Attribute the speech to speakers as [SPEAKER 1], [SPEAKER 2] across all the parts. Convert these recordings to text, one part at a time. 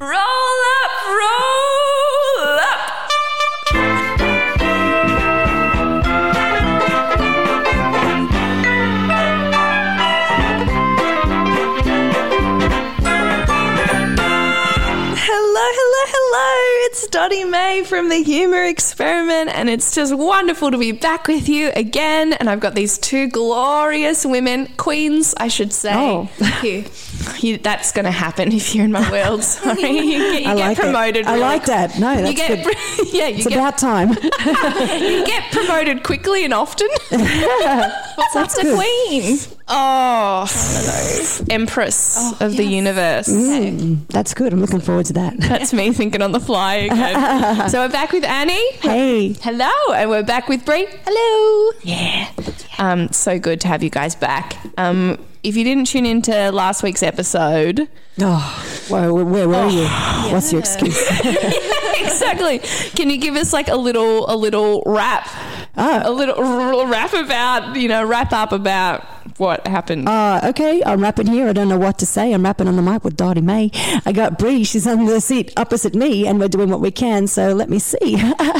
[SPEAKER 1] Roll up, roll up. Hello, hello, hello. It's Dottie May from the Humor Experiment, and it's just wonderful to be back with you again. And I've got these two glorious women, queens, I should say.
[SPEAKER 2] Oh.
[SPEAKER 1] you. you that's going to happen if you're in my world. Sorry. You get, you
[SPEAKER 2] I
[SPEAKER 1] get
[SPEAKER 2] like
[SPEAKER 1] promoted.
[SPEAKER 2] It. I
[SPEAKER 1] really
[SPEAKER 2] like that. No, that's
[SPEAKER 1] you get,
[SPEAKER 2] good.
[SPEAKER 1] yeah, you
[SPEAKER 2] It's
[SPEAKER 1] get,
[SPEAKER 2] about time.
[SPEAKER 1] you get promoted quickly and often.
[SPEAKER 2] that's
[SPEAKER 3] That's a
[SPEAKER 2] good.
[SPEAKER 3] queen.
[SPEAKER 1] Oh, Empress of the universe.
[SPEAKER 2] Mm, that's good. I'm looking forward to that.
[SPEAKER 1] That's me thinking on the fly again. so we're back with Annie.
[SPEAKER 2] Hey,
[SPEAKER 1] Hello, and we're back with Brie. Hello. Yeah. Um, so good to have you guys back. Um, if you didn't tune into last week's episode,
[SPEAKER 2] oh, where, where were you? What's your excuse?
[SPEAKER 1] exactly. Can you give us like a little, a little wrap,
[SPEAKER 2] Oh.
[SPEAKER 1] a little r- wrap about, you know, wrap up about what happened?
[SPEAKER 2] Uh, okay, I'm rapping here. I don't know what to say. I'm rapping on the mic with Dottie May. I got Bree. She's on the seat opposite me, and we're doing what we can. So let me see.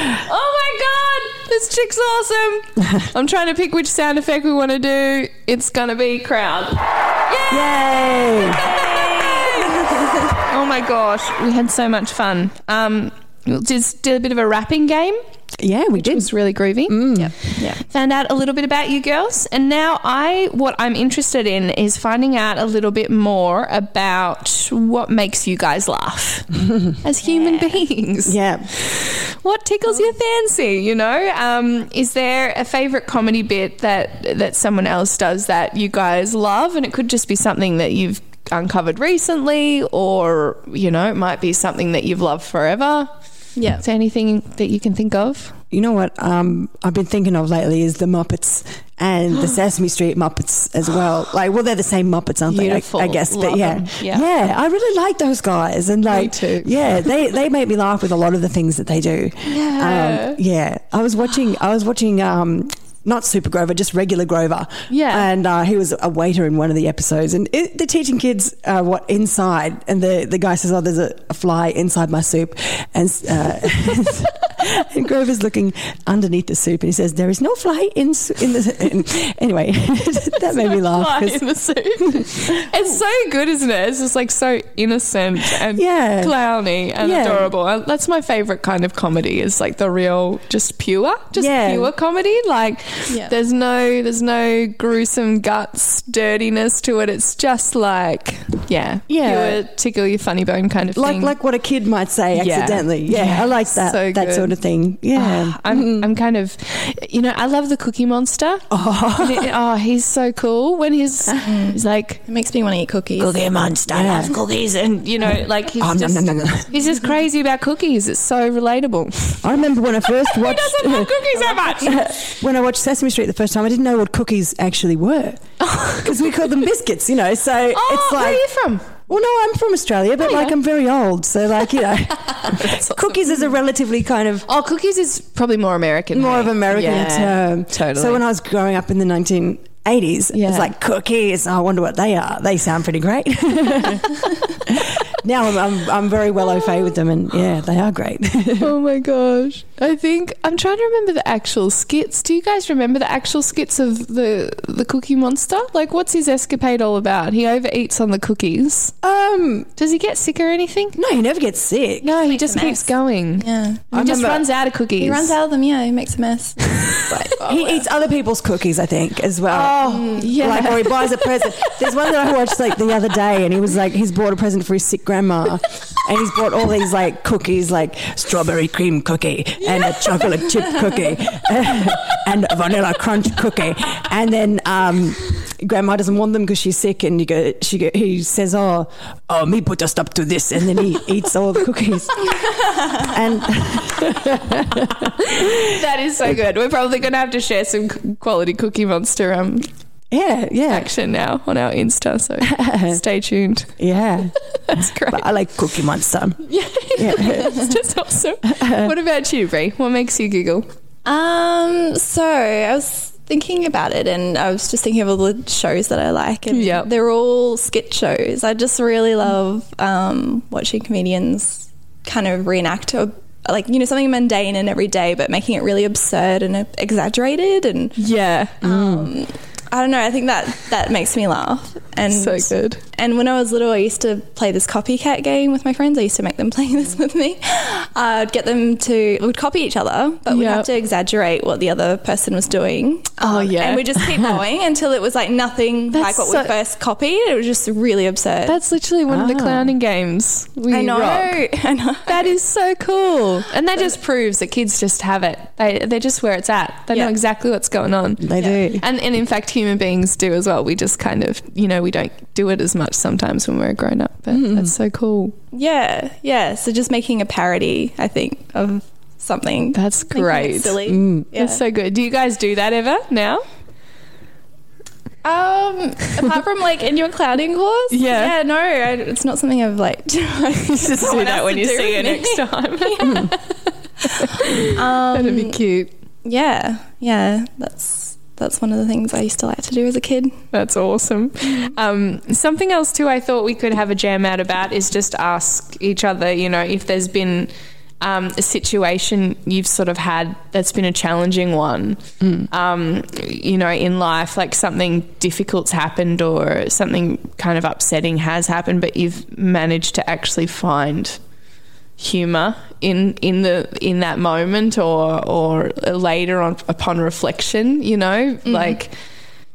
[SPEAKER 1] Oh my god, this chick's awesome. I'm trying to pick which sound effect we want to do. It's gonna be crowd.
[SPEAKER 2] Yay!
[SPEAKER 1] Oh my gosh, we had so much fun. Um, just did a bit of a rapping game.
[SPEAKER 2] Yeah, we
[SPEAKER 1] It
[SPEAKER 2] did. Mm.
[SPEAKER 1] was really groovy. Yep. Yeah. Found out a little bit about you girls, and now I, what I'm interested in is finding out a little bit more about what makes you guys laugh as human beings.
[SPEAKER 2] Yeah.
[SPEAKER 1] what tickles your fancy you know um, is there a favorite comedy bit that that someone else does that you guys love and it could just be something that you've uncovered recently or you know it might be something that you've loved forever
[SPEAKER 3] Yeah.
[SPEAKER 1] is there anything that you can think of
[SPEAKER 2] You know what um, I've been thinking of lately is the Muppets and the Sesame Street Muppets as well. Like, well, they're the same Muppets, aren't they? I-
[SPEAKER 1] Beautiful.
[SPEAKER 2] I, guess, but
[SPEAKER 1] Love
[SPEAKER 2] yeah.
[SPEAKER 1] them. Yeah.
[SPEAKER 2] I really like those guys, and like,
[SPEAKER 1] too.
[SPEAKER 2] yeah, they they make me laugh with a lot of the things that they do.
[SPEAKER 1] Yeah.
[SPEAKER 2] um, yeah. I was watching. I was watching. Um, not Super Grover, just regular Grover.
[SPEAKER 1] Yeah.
[SPEAKER 2] And uh, he was a waiter in one of the episodes. And it, they're teaching kids uh, what inside. And the, the guy says, Oh, there's a, a fly inside my soup. And uh, and Grover's looking underneath the soup, and he says, "There is no fly in s- in the." In, anyway, that made me laugh.
[SPEAKER 1] Fly
[SPEAKER 2] 'cause-
[SPEAKER 1] in the soup. it's so good isn't it it's just like so innocent and
[SPEAKER 2] Yeah.
[SPEAKER 1] clowny and
[SPEAKER 2] Yeah.
[SPEAKER 1] adorable Uh, that's my favorite kind of comedy is like the real just pure just
[SPEAKER 2] Yeah.
[SPEAKER 1] pure comedy like
[SPEAKER 3] Yeah.
[SPEAKER 1] there's no there's no gruesome guts dirtiness to it it's just like yeah
[SPEAKER 2] Yeah.
[SPEAKER 1] pure tickle your funny bone kind of
[SPEAKER 2] like
[SPEAKER 1] thing
[SPEAKER 2] like what a kid might say
[SPEAKER 1] Yeah.
[SPEAKER 2] accidentally. Yeah,
[SPEAKER 1] Yeah.
[SPEAKER 2] I like that
[SPEAKER 1] So
[SPEAKER 2] that
[SPEAKER 1] good.
[SPEAKER 2] sort of thing. Yeah, Mm-hmm.
[SPEAKER 1] Ah, I'm, I'm kind of, you know, I love the Cookie Monster. Oh, he's so cool when he's he's like
[SPEAKER 3] It makes me want to eat cookies.
[SPEAKER 1] Cookie Monster loves cookies, and you know, like he's
[SPEAKER 2] Oh, no,
[SPEAKER 1] Ah, just
[SPEAKER 2] no, no, no.
[SPEAKER 1] he's just crazy about cookies. It's so relatable.
[SPEAKER 2] I remember when I first
[SPEAKER 1] Who
[SPEAKER 2] watched
[SPEAKER 1] doesn't love cookies that much?
[SPEAKER 2] when I watched Sesame Street the first time. I didn't know what cookies actually were because we called them biscuits, you know. So
[SPEAKER 1] Oh,
[SPEAKER 2] it's like
[SPEAKER 1] where are you from?
[SPEAKER 2] Well, no, I'm from Australia, but like I'm very old, so like you know, cookies is a relatively kind of
[SPEAKER 1] Oh, cookies is probably more American.
[SPEAKER 2] more
[SPEAKER 1] hey?
[SPEAKER 2] of an American
[SPEAKER 1] Yeah,
[SPEAKER 2] term.
[SPEAKER 1] Totally.
[SPEAKER 2] So when I was growing up in the 1980s,
[SPEAKER 1] Yeah.
[SPEAKER 2] it's like cookies. I wonder what they are. They sound pretty great. now I'm, I'm, I'm very well au fait with them, and yeah, they are great.
[SPEAKER 1] oh my gosh, I think I'm trying to remember the actual skits. Do you guys remember the actual skits of the the Cookie Monster? Like, what's his escapade all about? He overeats on the cookies.
[SPEAKER 2] um,
[SPEAKER 1] Does he get sick or anything?
[SPEAKER 2] no, you never get sick.
[SPEAKER 1] No, he just
[SPEAKER 3] a
[SPEAKER 1] keeps
[SPEAKER 3] mess.
[SPEAKER 1] going. He
[SPEAKER 3] Yeah.
[SPEAKER 1] just
[SPEAKER 2] remember-
[SPEAKER 1] runs out of cookies.
[SPEAKER 3] He runs out of them. Yeah, he makes a mess.
[SPEAKER 2] He eats other people's cookies, I think, as well.
[SPEAKER 1] Oh, yeah.
[SPEAKER 2] Like, or he buys a present. There's one that I watched like the other day, and he was like, he's bought a present for his sick grandma, and he's bought all these like cookies, like strawberry cream cookie and a chocolate chip cookie and a vanilla crunch cookie, and then um, grandma doesn't want them because she's sick, and you go, she go, he says, "Oh, oh, me put us up to this," and then he eats all the cookies. and
[SPEAKER 1] That is so good. We're probably going to have to share some c- quality Cookie Monster um,
[SPEAKER 2] yeah, yeah,
[SPEAKER 1] action now on our Insta. So stay tuned.
[SPEAKER 2] yeah.
[SPEAKER 1] That's great.
[SPEAKER 2] But I like Cookie Monster.
[SPEAKER 1] Yeah, it's just awesome. What about you, Brie? What makes you giggle?
[SPEAKER 3] Um, so I was thinking about it and I was just thinking of all the shows that I like and
[SPEAKER 1] Yep.
[SPEAKER 3] they're all skit shows. I just really love um, watching comedians kind of reenact or like you know something mundane and everyday but making it really absurd and uh, exaggerated and
[SPEAKER 1] Yeah, Mm.
[SPEAKER 3] um, I don't know I think that that makes me laugh and
[SPEAKER 1] so good.
[SPEAKER 3] and when I was little, I used to play this copycat game with my friends. I used to make them play this with me. I'd get them to, we'd copy each other, but we'd
[SPEAKER 1] Yeah.
[SPEAKER 3] have to exaggerate what the other person was doing. Um,
[SPEAKER 1] Oh, yeah.
[SPEAKER 3] And we'd just keep going until it was like nothing
[SPEAKER 1] That's
[SPEAKER 3] like what
[SPEAKER 1] so-
[SPEAKER 3] we first copied. It was just really absurd.
[SPEAKER 1] That's literally one of the
[SPEAKER 2] Ah.
[SPEAKER 1] clowning games. We
[SPEAKER 3] I know.
[SPEAKER 1] rock.
[SPEAKER 3] I know.
[SPEAKER 1] That is so cool, and that just proves that kids just have it. They they're just where it's at. They know
[SPEAKER 3] Yeah.
[SPEAKER 1] exactly what's going on.
[SPEAKER 2] They do.
[SPEAKER 1] And, and in fact, human beings do as well. We just kind of, you know, we don't do it as much sometimes when we're grown up, but
[SPEAKER 3] Hmm.
[SPEAKER 1] that's so cool.
[SPEAKER 3] Yeah. Yeah. So just making a parody, I think, of something.
[SPEAKER 1] That's
[SPEAKER 3] Making it
[SPEAKER 1] great. Mm.
[SPEAKER 3] Silly. Yeah.
[SPEAKER 1] That's so good. Do you guys do that ever now?
[SPEAKER 3] Um, apart from like in your clouding course,
[SPEAKER 1] Yeah.
[SPEAKER 3] yeah, no, I, it's not something I've like.
[SPEAKER 1] Just do
[SPEAKER 3] Someone
[SPEAKER 1] that
[SPEAKER 3] else
[SPEAKER 1] when
[SPEAKER 3] to
[SPEAKER 1] you
[SPEAKER 3] do
[SPEAKER 1] see
[SPEAKER 3] with
[SPEAKER 1] her
[SPEAKER 3] me.
[SPEAKER 1] next time.
[SPEAKER 3] um,
[SPEAKER 1] That'd be cute.
[SPEAKER 3] yeah, yeah, that's that's one of the things I used to like to do as a kid.
[SPEAKER 1] That's awesome.
[SPEAKER 3] Mm.
[SPEAKER 1] Um, something else too, I thought we could have a jam out about is just ask each other. You know, if there's been um, a situation you've sort of had that's been a challenging one.
[SPEAKER 3] Mm.
[SPEAKER 1] Um, you know, in life, like something difficult's happened or something kind of upsetting has happened, but you've managed to actually find humor in in the in that moment or or later on upon reflection you know
[SPEAKER 2] Mm-hmm.
[SPEAKER 1] like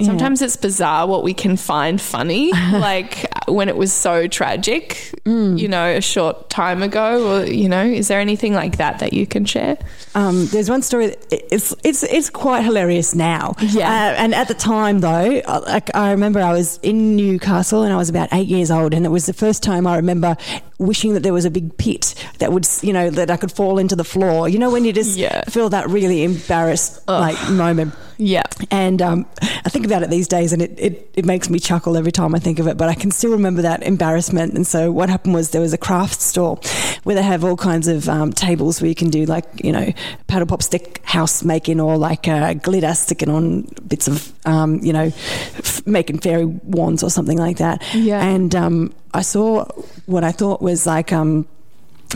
[SPEAKER 1] sometimes it's bizarre what we can find funny like when it was so tragic
[SPEAKER 2] Mm.
[SPEAKER 1] you know a short time ago or you know is there anything like that that you can share
[SPEAKER 2] Um, there's one story. that- It's it's it's quite hilarious now.
[SPEAKER 1] Yeah.
[SPEAKER 2] Uh, and at the time though, I- like I remember I was in Newcastle and I was about eight years old, and it was the first time I remember wishing that there was a big pit that would s- you know that I could fall into the floor. You know when you just
[SPEAKER 1] Yeah.
[SPEAKER 2] feel that really embarrassed like moment.
[SPEAKER 1] yeah
[SPEAKER 2] And um, I think about it these days and it, it, it makes me chuckle every time I think of it, but I can still remember that embarrassment. And so what happened was there was a craft store where they have all kinds of um, tables where you can do like, you know, paddle pop stick house making or like uh, glitter sticking on bits of, um, you know, f- making fairy wands or something like that.
[SPEAKER 1] Yeah.
[SPEAKER 2] And um, I saw what I thought was like, um,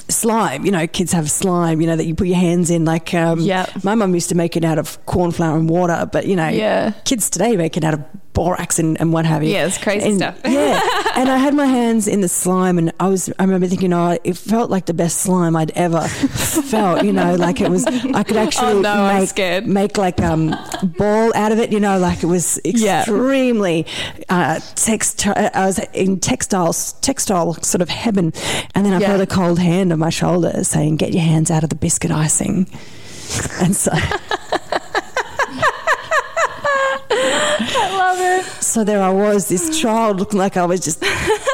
[SPEAKER 2] slime. You know, kids have slime. You know that you put your hands in. Like, um,
[SPEAKER 1] Yeah.
[SPEAKER 2] my mum used to make it out of corn flour and water, but you know,
[SPEAKER 1] Yeah.
[SPEAKER 2] kids today make it out of borax and, and what have you.
[SPEAKER 1] Yeah, it's crazy
[SPEAKER 2] And-
[SPEAKER 1] stuff.
[SPEAKER 2] yeah, and I had my hands in the slime, and I was. I remember thinking, oh, it felt like the best slime I'd ever felt. You know, like it was. I could actually
[SPEAKER 1] Oh, no, I'm
[SPEAKER 2] make
[SPEAKER 1] scared.
[SPEAKER 2] make like um ball out of it. You know, like it was
[SPEAKER 1] Yeah.
[SPEAKER 2] extremely uh, text. I was in textiles, textile sort of heaven, and then I
[SPEAKER 1] Yeah.
[SPEAKER 2] felt a cold hand on my shoulder saying, "Get your hands out of the biscuit icing." And so,
[SPEAKER 3] Love it.
[SPEAKER 2] so there I was, this child looking like I was just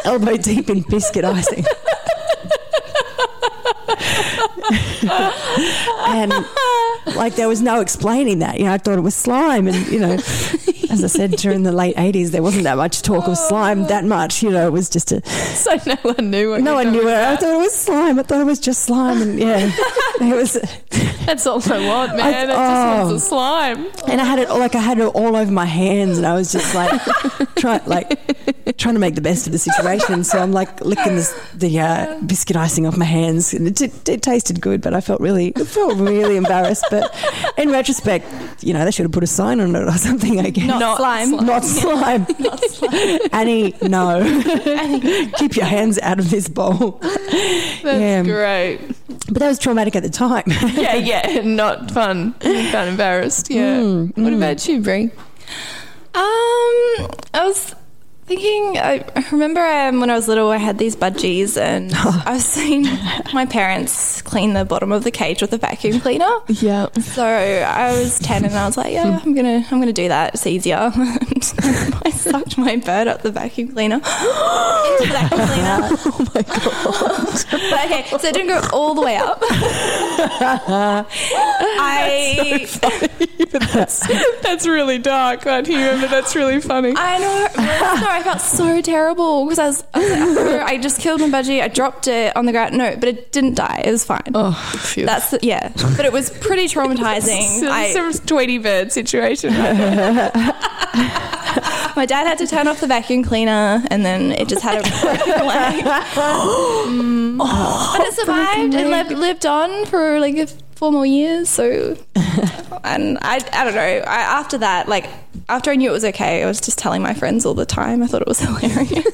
[SPEAKER 2] elbow deep in biscuit icing. and like there was no explaining that. You know, I thought it was slime, and you know, as I said, during the late '80s, there wasn't that much talk of slime. That much, you know, it was just a
[SPEAKER 1] so no one knew what
[SPEAKER 2] no
[SPEAKER 1] you're
[SPEAKER 2] one
[SPEAKER 1] talking
[SPEAKER 2] knew it. I
[SPEAKER 1] about.
[SPEAKER 2] thought it was slime. I thought it was just slime, and yeah, it was.
[SPEAKER 1] that's all i want man it
[SPEAKER 2] oh.
[SPEAKER 1] just wants a slime
[SPEAKER 2] And I had it all- like I had it all over my hands, and I was just like trying, like trying to make the best of the situation. So I'm like licking this, the uh, biscuit icing off my hands, and it, it, it tasted good, but I felt really, I felt really embarrassed. But in retrospect, you know, they should have put a sign on it or something. I guess
[SPEAKER 3] Not,
[SPEAKER 1] Not
[SPEAKER 3] slime.
[SPEAKER 2] not slime. Annie, no. Keep your hands out of this bowl.
[SPEAKER 1] that's
[SPEAKER 2] Yeah.
[SPEAKER 1] great
[SPEAKER 2] But that was traumatic at the time.
[SPEAKER 1] yeah yeah not fun not
[SPEAKER 2] Mm.
[SPEAKER 1] embarrassed yeah what about you brie
[SPEAKER 3] Um, I was Thinking, I I remember um, when I was little, I had these budgies, and I've seen my parents clean the bottom of the cage with a vacuum cleaner.
[SPEAKER 1] Yeah.
[SPEAKER 3] So I was ten, and I was like, "Yeah, I'm gonna, I'm gonna do that. It's easier." I sucked my bird up the vacuum cleaner. Into the vacuum cleaner. Oh my god! but okay, so it didn't go all the way up. I,
[SPEAKER 1] That's really dark, but you remember that's really funny.
[SPEAKER 3] I know. No, I felt so terrible because I was, I, was like, "Oh, I just killed my budgie. I dropped it on the ground. No, but it didn't die. It was fine.
[SPEAKER 1] Oh, phew.
[SPEAKER 3] That's the, yeah, but it was pretty traumatizing.
[SPEAKER 1] So
[SPEAKER 3] I-
[SPEAKER 1] this is a Tweety Bird situation.
[SPEAKER 3] My dad had to turn off the vacuum cleaner, and then it just had a broken leg. Mm. but it survived. It lived, lived on for like a f- four more years. So, and I, I don't know. I, after that, like after I knew it was okay, I was just telling my friends all the time. I thought it was hilarious.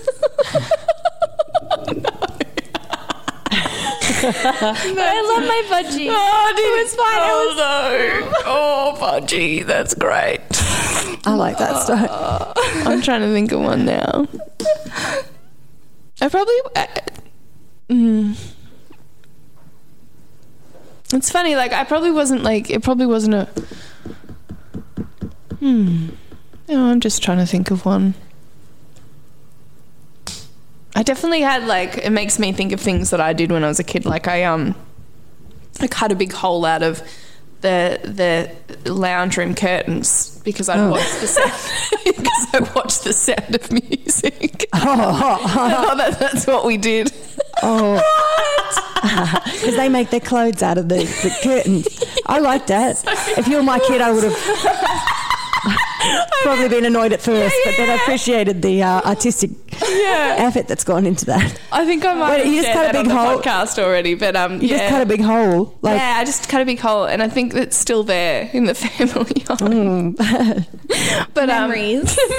[SPEAKER 3] But I love my budgie.
[SPEAKER 1] Oh, dude.
[SPEAKER 3] It was fine. It was-
[SPEAKER 1] no. Oh, Budgie, that's great.
[SPEAKER 2] I like that story.
[SPEAKER 1] I'm trying to think of one now. I probably. I, mm. It's funny, like, I probably wasn't, like, it probably wasn't a. Hmm. No, I'm just trying to think of one. I definitely had, like, it makes me think of things that I did when I was a kid. Like, I, um, I cut a big hole out of the the lounge room curtains because I
[SPEAKER 2] Oh.
[SPEAKER 1] watched the sound because I watched the sound of music.
[SPEAKER 2] Uh-huh.
[SPEAKER 1] Oh, that, that's what we did.
[SPEAKER 2] Because Oh. they make their clothes out of the, the curtains. I like that. if you were my kid, I would have probably been annoyed at first, but then I appreciated the uh, artistic
[SPEAKER 1] Yeah,
[SPEAKER 2] effort that's gone into that.
[SPEAKER 1] I think I might
[SPEAKER 2] Wait,
[SPEAKER 1] have
[SPEAKER 2] you just
[SPEAKER 1] shared
[SPEAKER 2] cut a
[SPEAKER 1] that on
[SPEAKER 2] big
[SPEAKER 1] the
[SPEAKER 2] hole-
[SPEAKER 1] podcast already, but um,
[SPEAKER 2] You
[SPEAKER 1] yeah.
[SPEAKER 2] just cut a big hole. Like,
[SPEAKER 1] yeah, I just cut a big hole, and I think that's still there in the family. home.
[SPEAKER 2] Mm.
[SPEAKER 1] but um,
[SPEAKER 3] Memories.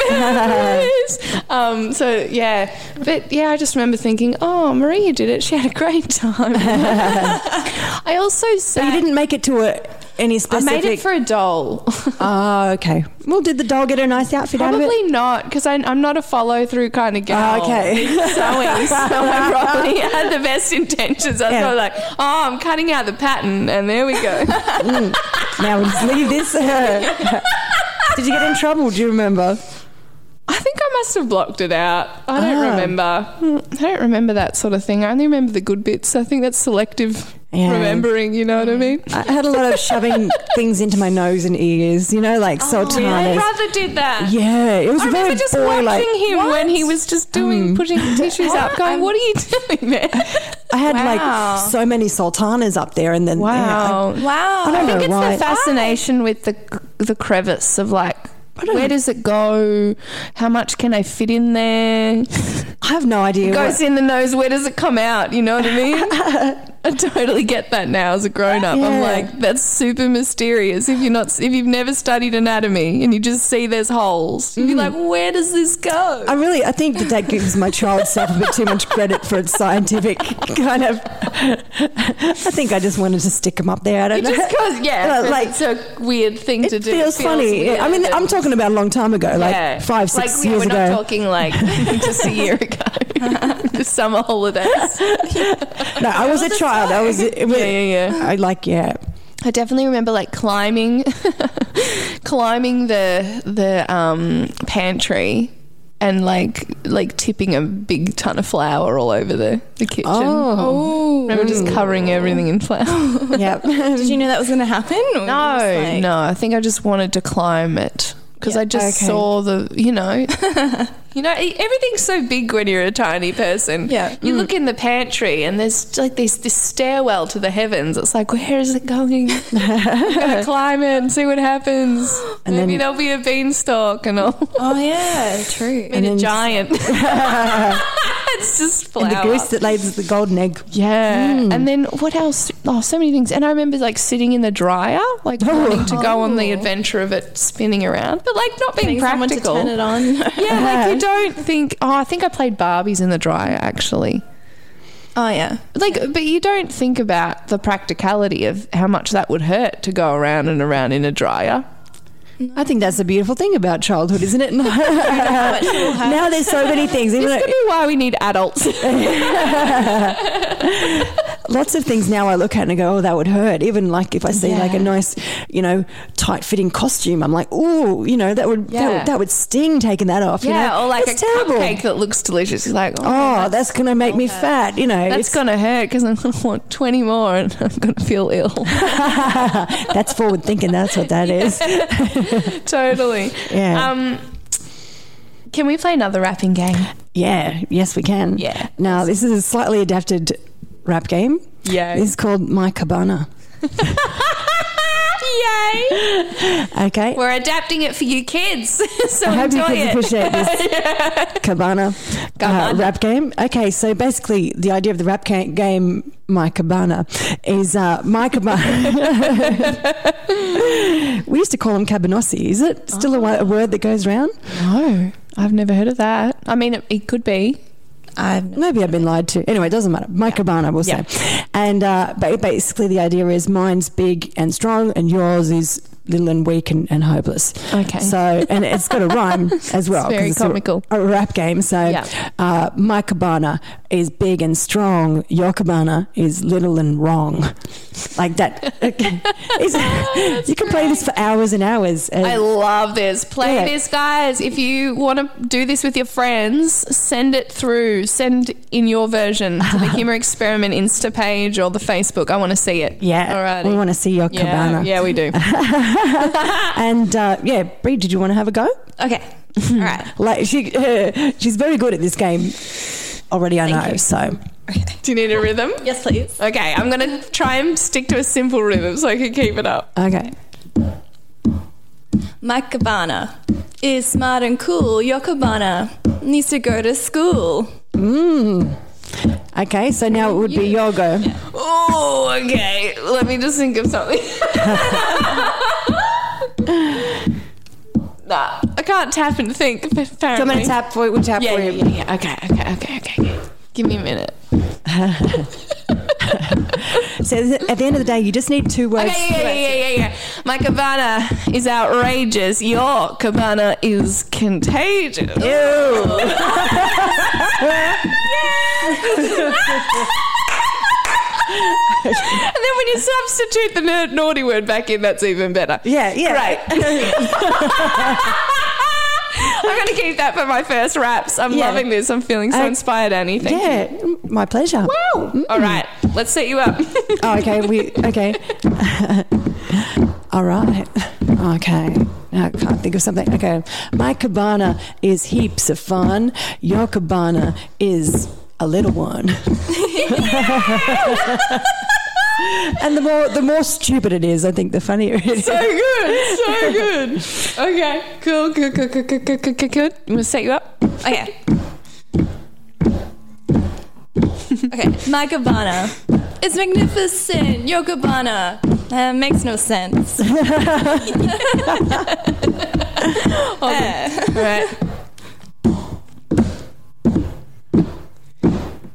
[SPEAKER 1] memories. Um, so yeah, but yeah, I just remember thinking, oh, Maria did it. She had a great time. I also
[SPEAKER 2] so
[SPEAKER 1] sat,
[SPEAKER 2] you didn't make it to a, any
[SPEAKER 1] I
[SPEAKER 2] specific.
[SPEAKER 1] made it for a doll.
[SPEAKER 2] Oh, okay. Well, did the doll get a nice outfit out of it?
[SPEAKER 1] Probably not, because I'm not a follow through kind of gal.
[SPEAKER 2] Oh, okay.
[SPEAKER 1] Sewing someone properly had the best intentions. I was
[SPEAKER 2] Yeah.
[SPEAKER 1] sort of like, oh, I'm cutting out the pattern, and there we go.
[SPEAKER 2] Now we'll just leave this. did you get in trouble? Do you remember?
[SPEAKER 1] I think I must have blocked it out. I don't
[SPEAKER 2] Ah.
[SPEAKER 1] remember. Mm, I don't remember that sort of thing. I only remember the good bits. I think that's selective
[SPEAKER 2] Yeah.
[SPEAKER 1] remembering, you know what I mean?
[SPEAKER 2] I had a lot of shoving things into my nose and ears, you know, like
[SPEAKER 1] Oh, My
[SPEAKER 2] sultanas.
[SPEAKER 1] brother did that.
[SPEAKER 2] Yeah, it was
[SPEAKER 1] I
[SPEAKER 2] very
[SPEAKER 1] remember just
[SPEAKER 2] boy
[SPEAKER 1] watching
[SPEAKER 2] like.
[SPEAKER 1] him when he was just doing putting tissues up, going, "What are you doing there?"
[SPEAKER 2] I had
[SPEAKER 3] Wow.
[SPEAKER 2] like so many sultanas up there, and then yeah, I-
[SPEAKER 1] Wow.
[SPEAKER 3] Wow.
[SPEAKER 2] I
[SPEAKER 1] I
[SPEAKER 2] don't
[SPEAKER 1] think
[SPEAKER 2] know
[SPEAKER 1] it's
[SPEAKER 2] why.
[SPEAKER 1] the fascination with the the crevice of like where does it go? How much can I fit in there?
[SPEAKER 2] I have no idea. what-
[SPEAKER 1] Goes in the nose. Where does it come out? You know what I mean? I totally get that now as a grown up. I'm
[SPEAKER 2] Yeah.
[SPEAKER 1] like that's super mysterious. If you're not if you've never studied anatomy and you just see there's holes,
[SPEAKER 2] Mm.
[SPEAKER 1] you'd be like, where does this go?
[SPEAKER 2] I really, I think that that gives my child self a bit too much credit for its scientific kind of. I think I just wanted to stick them up there. I don't
[SPEAKER 1] It
[SPEAKER 2] know.
[SPEAKER 1] just cause yeah,
[SPEAKER 2] Well, like,
[SPEAKER 1] it's a weird thing to
[SPEAKER 2] it
[SPEAKER 1] do.
[SPEAKER 2] feels funny. I mean,
[SPEAKER 1] weird.
[SPEAKER 2] I'm talking about a long time ago, like five, six
[SPEAKER 1] yeah,
[SPEAKER 2] years
[SPEAKER 1] we're
[SPEAKER 2] ago.
[SPEAKER 1] not talking like just a year ago, just summer holidays.
[SPEAKER 2] no, I was a child. I was. It was
[SPEAKER 1] Yeah, yeah, yeah.
[SPEAKER 2] I like yeah.
[SPEAKER 1] I definitely remember like climbing, climbing the the um, pantry. And like, like tipping a big ton of flour all over the, the kitchen.
[SPEAKER 2] Oh,
[SPEAKER 1] Remember just covering everything in flour?
[SPEAKER 2] yeah.
[SPEAKER 3] Did you know that was going to happen? Or you were just
[SPEAKER 1] No,
[SPEAKER 3] like-
[SPEAKER 1] no. I think I just wanted to climb it because I just
[SPEAKER 2] Okay.
[SPEAKER 1] saw the, you know, you know, e- everything's so big when you're a tiny person.
[SPEAKER 3] Yeah.
[SPEAKER 2] mm.
[SPEAKER 1] You look in the pantry and there's like this this stairwell to the heavens. It's like, where is it going? I'm gonna climb it and see what happens.
[SPEAKER 2] And
[SPEAKER 1] Maybe
[SPEAKER 2] then-
[SPEAKER 1] there'll be a beanstalk and I'll
[SPEAKER 3] Oh yeah, true.
[SPEAKER 1] meet a
[SPEAKER 2] then-
[SPEAKER 1] giant. it's just flour.
[SPEAKER 2] And the goose that lays the golden egg.
[SPEAKER 1] Yeah. And then what else? Oh, so many things. And I remember like sitting in the dryer, like wanting to go on the adventure of it spinning around, but like not being
[SPEAKER 3] Getting someone to
[SPEAKER 1] practical.
[SPEAKER 3] turn it on.
[SPEAKER 1] Yeah, like you don't think, oh, I think I played Barbies in the dryer actually.
[SPEAKER 3] oh yeah.
[SPEAKER 1] Like, but you don't think about the practicality of how much that would hurt to go around and around in a dryer.
[SPEAKER 2] I think that's the beautiful thing about childhood, isn't it? now there's so many things. Even
[SPEAKER 1] This could
[SPEAKER 2] though
[SPEAKER 1] be why we need adults.
[SPEAKER 2] lots of things now I look at and I go, oh, that would hurt. Even like if I see like a
[SPEAKER 1] Yeah.
[SPEAKER 2] nice, you know, tight fitting costume, I'm like, oh, you know, that would, that
[SPEAKER 1] Yeah.
[SPEAKER 2] would that would sting taking that off. you
[SPEAKER 1] yeah,
[SPEAKER 2] know?
[SPEAKER 1] or like
[SPEAKER 2] That's
[SPEAKER 1] a cupcake that looks delicious. You're like,
[SPEAKER 2] Oh, that's, gonna make me fat. You know,
[SPEAKER 1] That's gonna hurt because I'm gonna want 20 more and I'm gonna feel ill.
[SPEAKER 2] it's, that's forward thinking. That's what that is.
[SPEAKER 1] totally.
[SPEAKER 2] Yeah.
[SPEAKER 1] Um, can we play another rapping game?
[SPEAKER 2] Yeah. Yes, we can.
[SPEAKER 1] Yeah.
[SPEAKER 2] Now this is a slightly adapted rap game.
[SPEAKER 1] Yeah.
[SPEAKER 2] This is called My Cabana.
[SPEAKER 1] Yay!
[SPEAKER 2] Okay.
[SPEAKER 1] We're adapting it for you kids, so
[SPEAKER 2] I hope you
[SPEAKER 1] enjoy
[SPEAKER 2] kids
[SPEAKER 1] it.
[SPEAKER 2] appreciate this cabana uh,
[SPEAKER 1] Cabana.
[SPEAKER 2] rap game. Okay, so basically, the idea of the rap ca- game, My Cabana, is uh, My Cabana. we used to call them cabanossi. Is it still
[SPEAKER 1] Oh.
[SPEAKER 2] a, wa- a word that goes round?
[SPEAKER 1] No, I've never heard of that. I mean, it, it could be.
[SPEAKER 3] I've
[SPEAKER 2] Maybe I've been lied to. Anyway, it doesn't matter. My cabana, we'll
[SPEAKER 1] Yeah.
[SPEAKER 2] say. And uh, ba- basically, the idea is mine's big and strong, and yours is little and weak and, and hopeless.
[SPEAKER 1] Okay.
[SPEAKER 2] So, and it's got a rhyme as well. 'cause
[SPEAKER 1] very
[SPEAKER 2] a-
[SPEAKER 1] comical.
[SPEAKER 2] A, rap game. So,
[SPEAKER 1] Yeah.
[SPEAKER 2] uh, my cabana is big and strong. Your cabana is little and wrong. Like that. Okay. It's- you can play this for hours and hours. Uh, And
[SPEAKER 1] I love this. Play
[SPEAKER 2] Yeah.
[SPEAKER 1] this, guys. If you want to do this with your friends, send it through. Send in your version to the Humor Experiment Insta page or the Facebook. I want to see it.
[SPEAKER 2] yeah.
[SPEAKER 1] Alrighty.
[SPEAKER 2] We want to see your
[SPEAKER 1] yeah,
[SPEAKER 2] cabana.
[SPEAKER 1] Yeah, we do.
[SPEAKER 2] And uh, yeah, Bree, did you want to have a go?
[SPEAKER 3] Okay. All right.
[SPEAKER 2] Like she, she's very good at this game. Already, I know. So
[SPEAKER 1] do you need a rhythm?
[SPEAKER 3] Yes, please.
[SPEAKER 1] Okay, I'm gonna try and stick to a simple rhythm so I can keep it up.
[SPEAKER 2] okay,
[SPEAKER 3] My cabana is smart and cool. Your cabana needs to go to school.
[SPEAKER 2] okay. So now it would be your go.
[SPEAKER 1] Oh, okay. Let me just think of something. nah, I can't tap and think. Apparently.
[SPEAKER 2] Do you want me to tap for you? We'll tap
[SPEAKER 1] Yeah,
[SPEAKER 2] for
[SPEAKER 1] yeah,
[SPEAKER 2] you.
[SPEAKER 1] yeah, yeah. Okay, okay, okay, okay. Give me a minute.
[SPEAKER 2] So th- at the end of the day, you just need two words.
[SPEAKER 1] Okay, yeah, yeah, yeah, yeah, yeah. My cabana is outrageous. Your cabana is contagious.
[SPEAKER 2] Ew.
[SPEAKER 1] And then when you substitute the na- naughty word back in, that's even better.
[SPEAKER 2] Yeah, yeah.
[SPEAKER 1] Great. I'm going to keep that for my first raps. I'm
[SPEAKER 2] Yeah.
[SPEAKER 1] loving this. I'm feeling so
[SPEAKER 2] Uh,
[SPEAKER 1] inspired, Annie. Thank you.
[SPEAKER 2] Yeah, mm, my pleasure.
[SPEAKER 1] Wow. All right, let's set you up.
[SPEAKER 2] Oh, okay. We okay. All right. Okay. Now I can't think of something. Okay. My cabana is heaps of fun. Your cabana is a little one. and the more the more stupid it is, I think the funnier it is.
[SPEAKER 1] so good. So good. Okay, cool, good, good, good, good, good, good, good, good. We'll set you up.
[SPEAKER 3] Okay. Okay. My cabana is magnificent. Your cabana uh, makes no sense.
[SPEAKER 1] All right.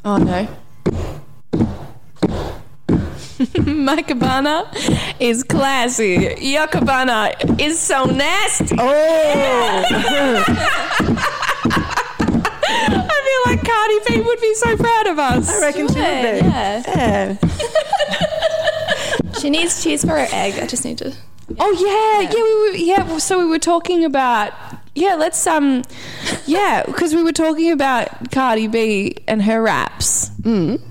[SPEAKER 1] Oh no. My cabana is classy. Your cabana is so nasty.
[SPEAKER 2] Oh,
[SPEAKER 1] I feel like Cardi B would be so proud of us.
[SPEAKER 2] reckon she would be.
[SPEAKER 3] Yeah.
[SPEAKER 2] Yeah.
[SPEAKER 3] She needs cheese for her egg. I just need to.
[SPEAKER 1] Oh yeah, yeah, we were, yeah. well, So we were talking about yeah. Let's um, yeah, because we were talking about Cardi B and her raps. Mm.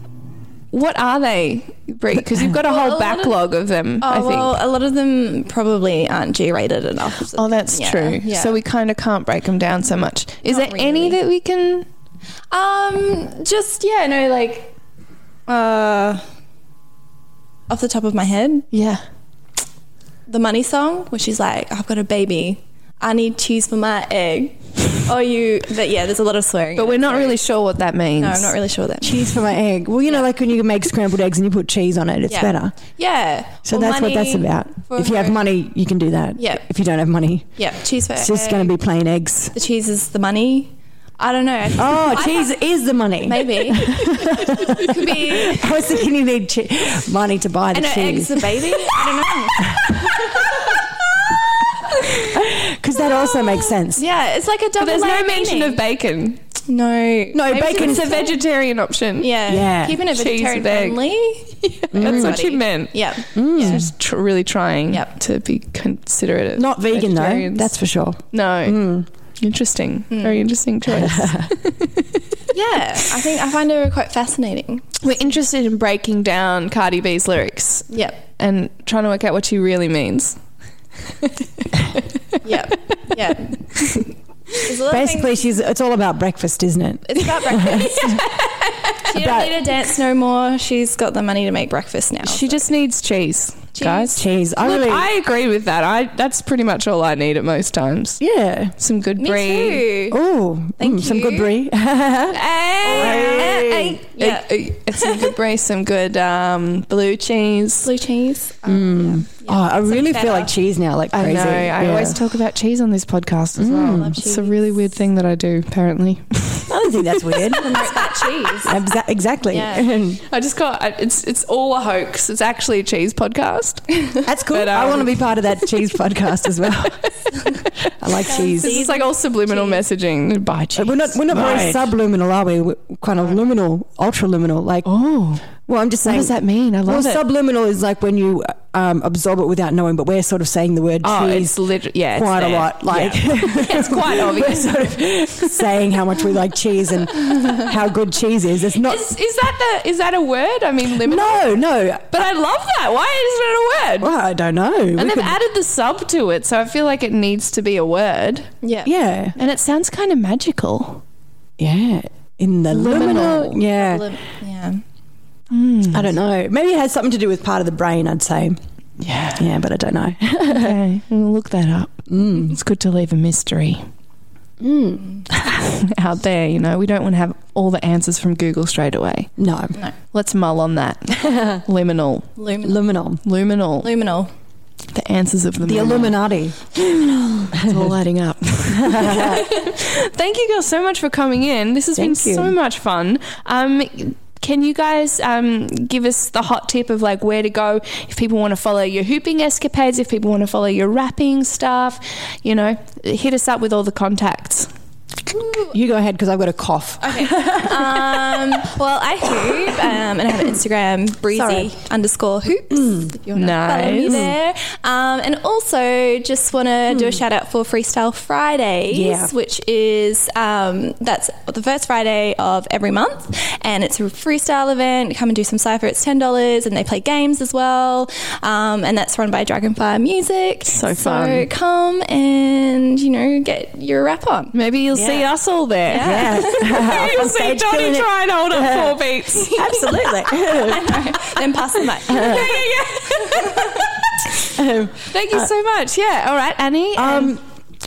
[SPEAKER 1] What are they, Brie? Because you've got a whole
[SPEAKER 3] Well, a lot of-
[SPEAKER 1] backlog of, them.
[SPEAKER 3] Oh
[SPEAKER 1] I think.
[SPEAKER 3] well, a lot of them probably aren't G-rated enough.
[SPEAKER 1] Oh, that's
[SPEAKER 3] Yeah,
[SPEAKER 1] true.
[SPEAKER 3] yeah.
[SPEAKER 1] So we kind of can't break them down so much. Is
[SPEAKER 3] Not
[SPEAKER 1] there any
[SPEAKER 3] really.
[SPEAKER 1] that we can?
[SPEAKER 3] Um, just yeah, no, like, uh, off the top of my head,
[SPEAKER 1] Yeah.
[SPEAKER 3] the money song, where she's like, "I've got a baby, I need cheese for my egg." Oh, you, but yeah, there's a lot of swearing.
[SPEAKER 1] But we're not really sure what that means.
[SPEAKER 3] no, I'm not really sure that.
[SPEAKER 2] Cheese for my egg. Well, you know, like when you make scrambled eggs and you put cheese on it, it's
[SPEAKER 3] Yeah.
[SPEAKER 2] better.
[SPEAKER 3] Yeah.
[SPEAKER 2] So
[SPEAKER 3] Or
[SPEAKER 2] that's what that's
[SPEAKER 3] money
[SPEAKER 2] about.
[SPEAKER 3] for
[SPEAKER 2] If you have
[SPEAKER 3] her-
[SPEAKER 2] money, you can do that.
[SPEAKER 3] Yeah.
[SPEAKER 2] If you don't have money,
[SPEAKER 3] yeah, cheese for
[SPEAKER 2] it's just going to be plain eggs.
[SPEAKER 3] the cheese is the money. I don't know. I think-
[SPEAKER 2] Oh,
[SPEAKER 3] I
[SPEAKER 2] cheese
[SPEAKER 3] think
[SPEAKER 2] is the money.
[SPEAKER 3] Maybe could be.
[SPEAKER 2] I was thinking you need che- money to buy the
[SPEAKER 3] And her eggs
[SPEAKER 2] cheese.
[SPEAKER 3] the baby. I don't know.
[SPEAKER 2] because that also makes sense.
[SPEAKER 3] Yeah, it's like a double.
[SPEAKER 1] But there's
[SPEAKER 3] layer
[SPEAKER 1] no mention
[SPEAKER 3] meaning.
[SPEAKER 1] of bacon.
[SPEAKER 3] no,
[SPEAKER 2] No,
[SPEAKER 1] Maybe
[SPEAKER 2] bacon
[SPEAKER 1] It's
[SPEAKER 2] is
[SPEAKER 1] a vegetarian option.
[SPEAKER 3] Yeah,
[SPEAKER 2] Yeah.
[SPEAKER 3] keeping it
[SPEAKER 1] Cheese and
[SPEAKER 3] vegetarian
[SPEAKER 1] egg.
[SPEAKER 3] friendly.
[SPEAKER 1] That's what she
[SPEAKER 3] Everybody.
[SPEAKER 1] meant.
[SPEAKER 3] Yeah,
[SPEAKER 2] Mm.
[SPEAKER 1] She's just tr- really trying
[SPEAKER 3] Yep.
[SPEAKER 1] to be considerate. of
[SPEAKER 2] not vegan though.
[SPEAKER 1] vegetarians.
[SPEAKER 2] That's for sure.
[SPEAKER 1] no. Interesting.
[SPEAKER 3] Hmm.
[SPEAKER 1] Very interesting choice.
[SPEAKER 3] yeah. I think I find her quite fascinating.
[SPEAKER 1] We're interested in breaking down Cardi B's lyrics
[SPEAKER 3] Yep,
[SPEAKER 1] and trying to work out what she really means.
[SPEAKER 3] yep, yep. There's a lot of things-
[SPEAKER 2] Basically, she's it's all about breakfast, isn't it?
[SPEAKER 3] It's about breakfast. She do not
[SPEAKER 2] About-
[SPEAKER 3] need to dance no more. She's got the money to make breakfast now.
[SPEAKER 1] She just needs cheese,
[SPEAKER 3] Cheese.
[SPEAKER 1] guys.
[SPEAKER 2] Cheese. I
[SPEAKER 1] Look,
[SPEAKER 2] really.
[SPEAKER 1] I agree with that. I that's pretty much all I need at most times.
[SPEAKER 2] yeah.
[SPEAKER 1] Some good
[SPEAKER 3] Me
[SPEAKER 1] brie.
[SPEAKER 3] too.
[SPEAKER 2] Oh,
[SPEAKER 3] Thank
[SPEAKER 2] some good
[SPEAKER 3] you.
[SPEAKER 2] brie.
[SPEAKER 1] Hey,
[SPEAKER 3] Eh, Yeah.
[SPEAKER 1] Eh, some good brie, some good um, blue cheese.
[SPEAKER 3] Blue cheese.
[SPEAKER 2] Oh, I really feel
[SPEAKER 3] feta.
[SPEAKER 2] like cheese now, like
[SPEAKER 1] I
[SPEAKER 2] crazy.
[SPEAKER 1] know. I
[SPEAKER 2] Yeah.
[SPEAKER 1] always talk about cheese on this podcast as well.
[SPEAKER 3] Mm. love
[SPEAKER 1] It's a
[SPEAKER 3] cheese.
[SPEAKER 1] really weird thing that I do. Apparently,
[SPEAKER 2] I don't think that's weird.
[SPEAKER 3] Promote that cheese.
[SPEAKER 2] Exa- exactly.
[SPEAKER 3] Yeah.
[SPEAKER 1] I just got I- it's it's all a hoax. It's actually a cheese podcast.
[SPEAKER 2] That's cool.
[SPEAKER 1] But,
[SPEAKER 2] I want to
[SPEAKER 1] um,
[SPEAKER 2] be part of that cheese podcast as well. I like cheese.
[SPEAKER 1] This is like all subliminal messaging. Buy cheese.
[SPEAKER 2] We're not we're not very subluminal, are we? We're kind of luminal, ultraluminal. Like,
[SPEAKER 1] Oh,
[SPEAKER 2] well, I'm just
[SPEAKER 1] what
[SPEAKER 2] saying.
[SPEAKER 1] does that mean? I
[SPEAKER 2] Well,
[SPEAKER 1] love it.
[SPEAKER 2] subliminal is like when you um, absorb it without knowing, but we're sort of saying the word
[SPEAKER 1] oh,
[SPEAKER 2] cheese
[SPEAKER 1] it's literally yeah, it's
[SPEAKER 2] quite a
[SPEAKER 1] there.
[SPEAKER 2] lot. Like,
[SPEAKER 1] Yeah. it's quite
[SPEAKER 2] we're
[SPEAKER 1] obvious.
[SPEAKER 2] sort of saying how much we like cheese and how good cheese is. It's not.
[SPEAKER 1] Is, is that the is that a word? I mean, liminal.
[SPEAKER 2] no, no.
[SPEAKER 1] But I love that. Why isn't it a word?
[SPEAKER 2] Well, I don't know. We
[SPEAKER 1] and they've
[SPEAKER 2] could-
[SPEAKER 1] added the sub to it, so I feel like it needs to be a word.
[SPEAKER 3] Yeah.
[SPEAKER 2] yeah,
[SPEAKER 1] And it sounds kind of magical.
[SPEAKER 2] yeah. In the
[SPEAKER 1] Liminal.
[SPEAKER 2] liminal, yeah.
[SPEAKER 3] Li- Yeah.
[SPEAKER 2] I don't know. Maybe it has something to do with part of the brain. I'd say.
[SPEAKER 1] Yeah.
[SPEAKER 2] Yeah, but I don't know.
[SPEAKER 1] Okay. We'll look that up. It's good to leave a mystery Mm. out there, you know. We don't want to have all the answers from Google straight away.
[SPEAKER 2] No,
[SPEAKER 1] Let's mull on that. Liminal.
[SPEAKER 2] liminal.
[SPEAKER 3] Luminal.
[SPEAKER 1] Luminal.
[SPEAKER 3] Luminal.
[SPEAKER 1] The answers of the,
[SPEAKER 2] The
[SPEAKER 1] moon.
[SPEAKER 2] Illuminati.
[SPEAKER 1] It's all lighting up. Thank you girls so much for coming in. This has
[SPEAKER 2] Thank
[SPEAKER 1] been
[SPEAKER 2] you.
[SPEAKER 1] so much fun. Um, can you guys um, give us the hot tip of like where to go if people want to follow your hooping escapades, if people want to follow your rapping stuff, you know, hit us up with all the contacts.
[SPEAKER 2] You go ahead because I've got a cough.
[SPEAKER 3] um, well, I hoop, um, and I have an Instagram breezy
[SPEAKER 2] Sorry.
[SPEAKER 3] underscore hoops. If you want to follow me
[SPEAKER 1] Mm. Nice.
[SPEAKER 3] there, um, and also just want to
[SPEAKER 1] Mm.
[SPEAKER 3] do a shout out for Freestyle Fridays,
[SPEAKER 2] Yeah.
[SPEAKER 3] which is um, that's the first Friday of every month, and it's a freestyle event. Come and do some cipher. It's ten dollars, and they play games as well, um, and that's run by Dragonfire Music.
[SPEAKER 1] So fun.
[SPEAKER 3] come and you know get your rap on.
[SPEAKER 1] Maybe you'll see us all there.
[SPEAKER 2] Yeah.
[SPEAKER 1] You'll see Donnie try and hold up four beats.
[SPEAKER 2] Absolutely.
[SPEAKER 3] then pass the mic.
[SPEAKER 1] Yeah, yeah, yeah. Thank you so much. Yeah. All right, Annie.
[SPEAKER 2] um,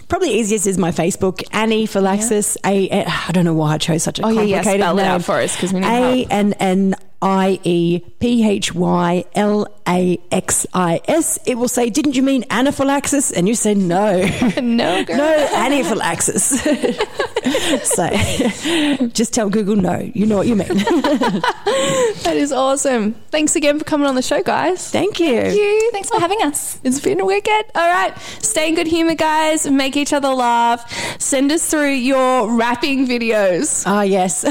[SPEAKER 2] probably easiest is my Facebook, Annie Philaxis. A, a, I don't know why I chose such a
[SPEAKER 1] Oh, yeah,
[SPEAKER 2] complicated
[SPEAKER 1] yeah, spell it
[SPEAKER 2] name.
[SPEAKER 1] out for us 'cause we need
[SPEAKER 2] A
[SPEAKER 1] help.
[SPEAKER 2] N N I E P H Y L A X I S. It will say, "Didn't you mean anaphylaxis?" And you say, "No,
[SPEAKER 1] no, girl.
[SPEAKER 2] no anaphylaxis." so, just tell Google, "No, you know what you mean."
[SPEAKER 1] That is awesome. Thanks again for coming on the show, guys.
[SPEAKER 2] Thank you.
[SPEAKER 3] Thank you. Thanks for having us.
[SPEAKER 1] It's been wicked. All right. Stay in good humor, guys. Make each other laugh. Send us through your rapping videos.
[SPEAKER 2] Ah, yes.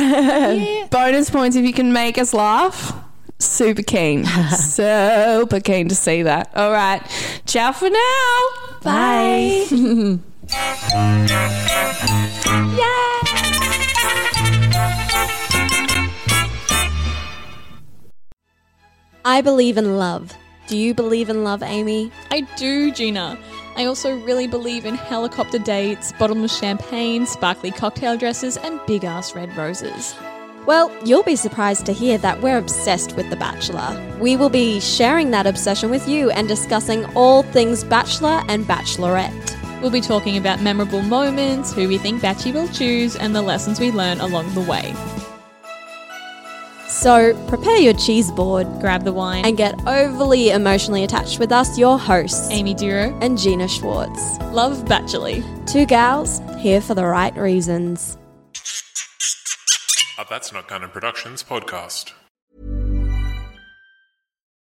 [SPEAKER 1] Bonus points if you can make us laugh. Super keen. Super keen to see that. All right. Ciao for now.
[SPEAKER 2] Bye.
[SPEAKER 4] I believe in love. Do you believe in love, Amy?
[SPEAKER 5] I do, Gina. I also really believe in helicopter dates, bottomless champagne, sparkly cocktail dresses, and big ass red roses.
[SPEAKER 4] Well, you'll be surprised to hear that we're obsessed with The Bachelor. We will be sharing that obsession with you and discussing all things Bachelor and Bachelorette.
[SPEAKER 5] We'll be talking about memorable moments, who we think Batchy will choose, and the lessons we learn along the way.
[SPEAKER 4] So prepare your cheese board
[SPEAKER 5] Grab the wine.
[SPEAKER 4] and get overly emotionally attached with us, your hosts,
[SPEAKER 5] Amy Duro,
[SPEAKER 4] and Gina Schwartz.
[SPEAKER 5] love Batchley.
[SPEAKER 4] Two gals here for the right reasons.
[SPEAKER 6] A That's Not Canon Productions podcast.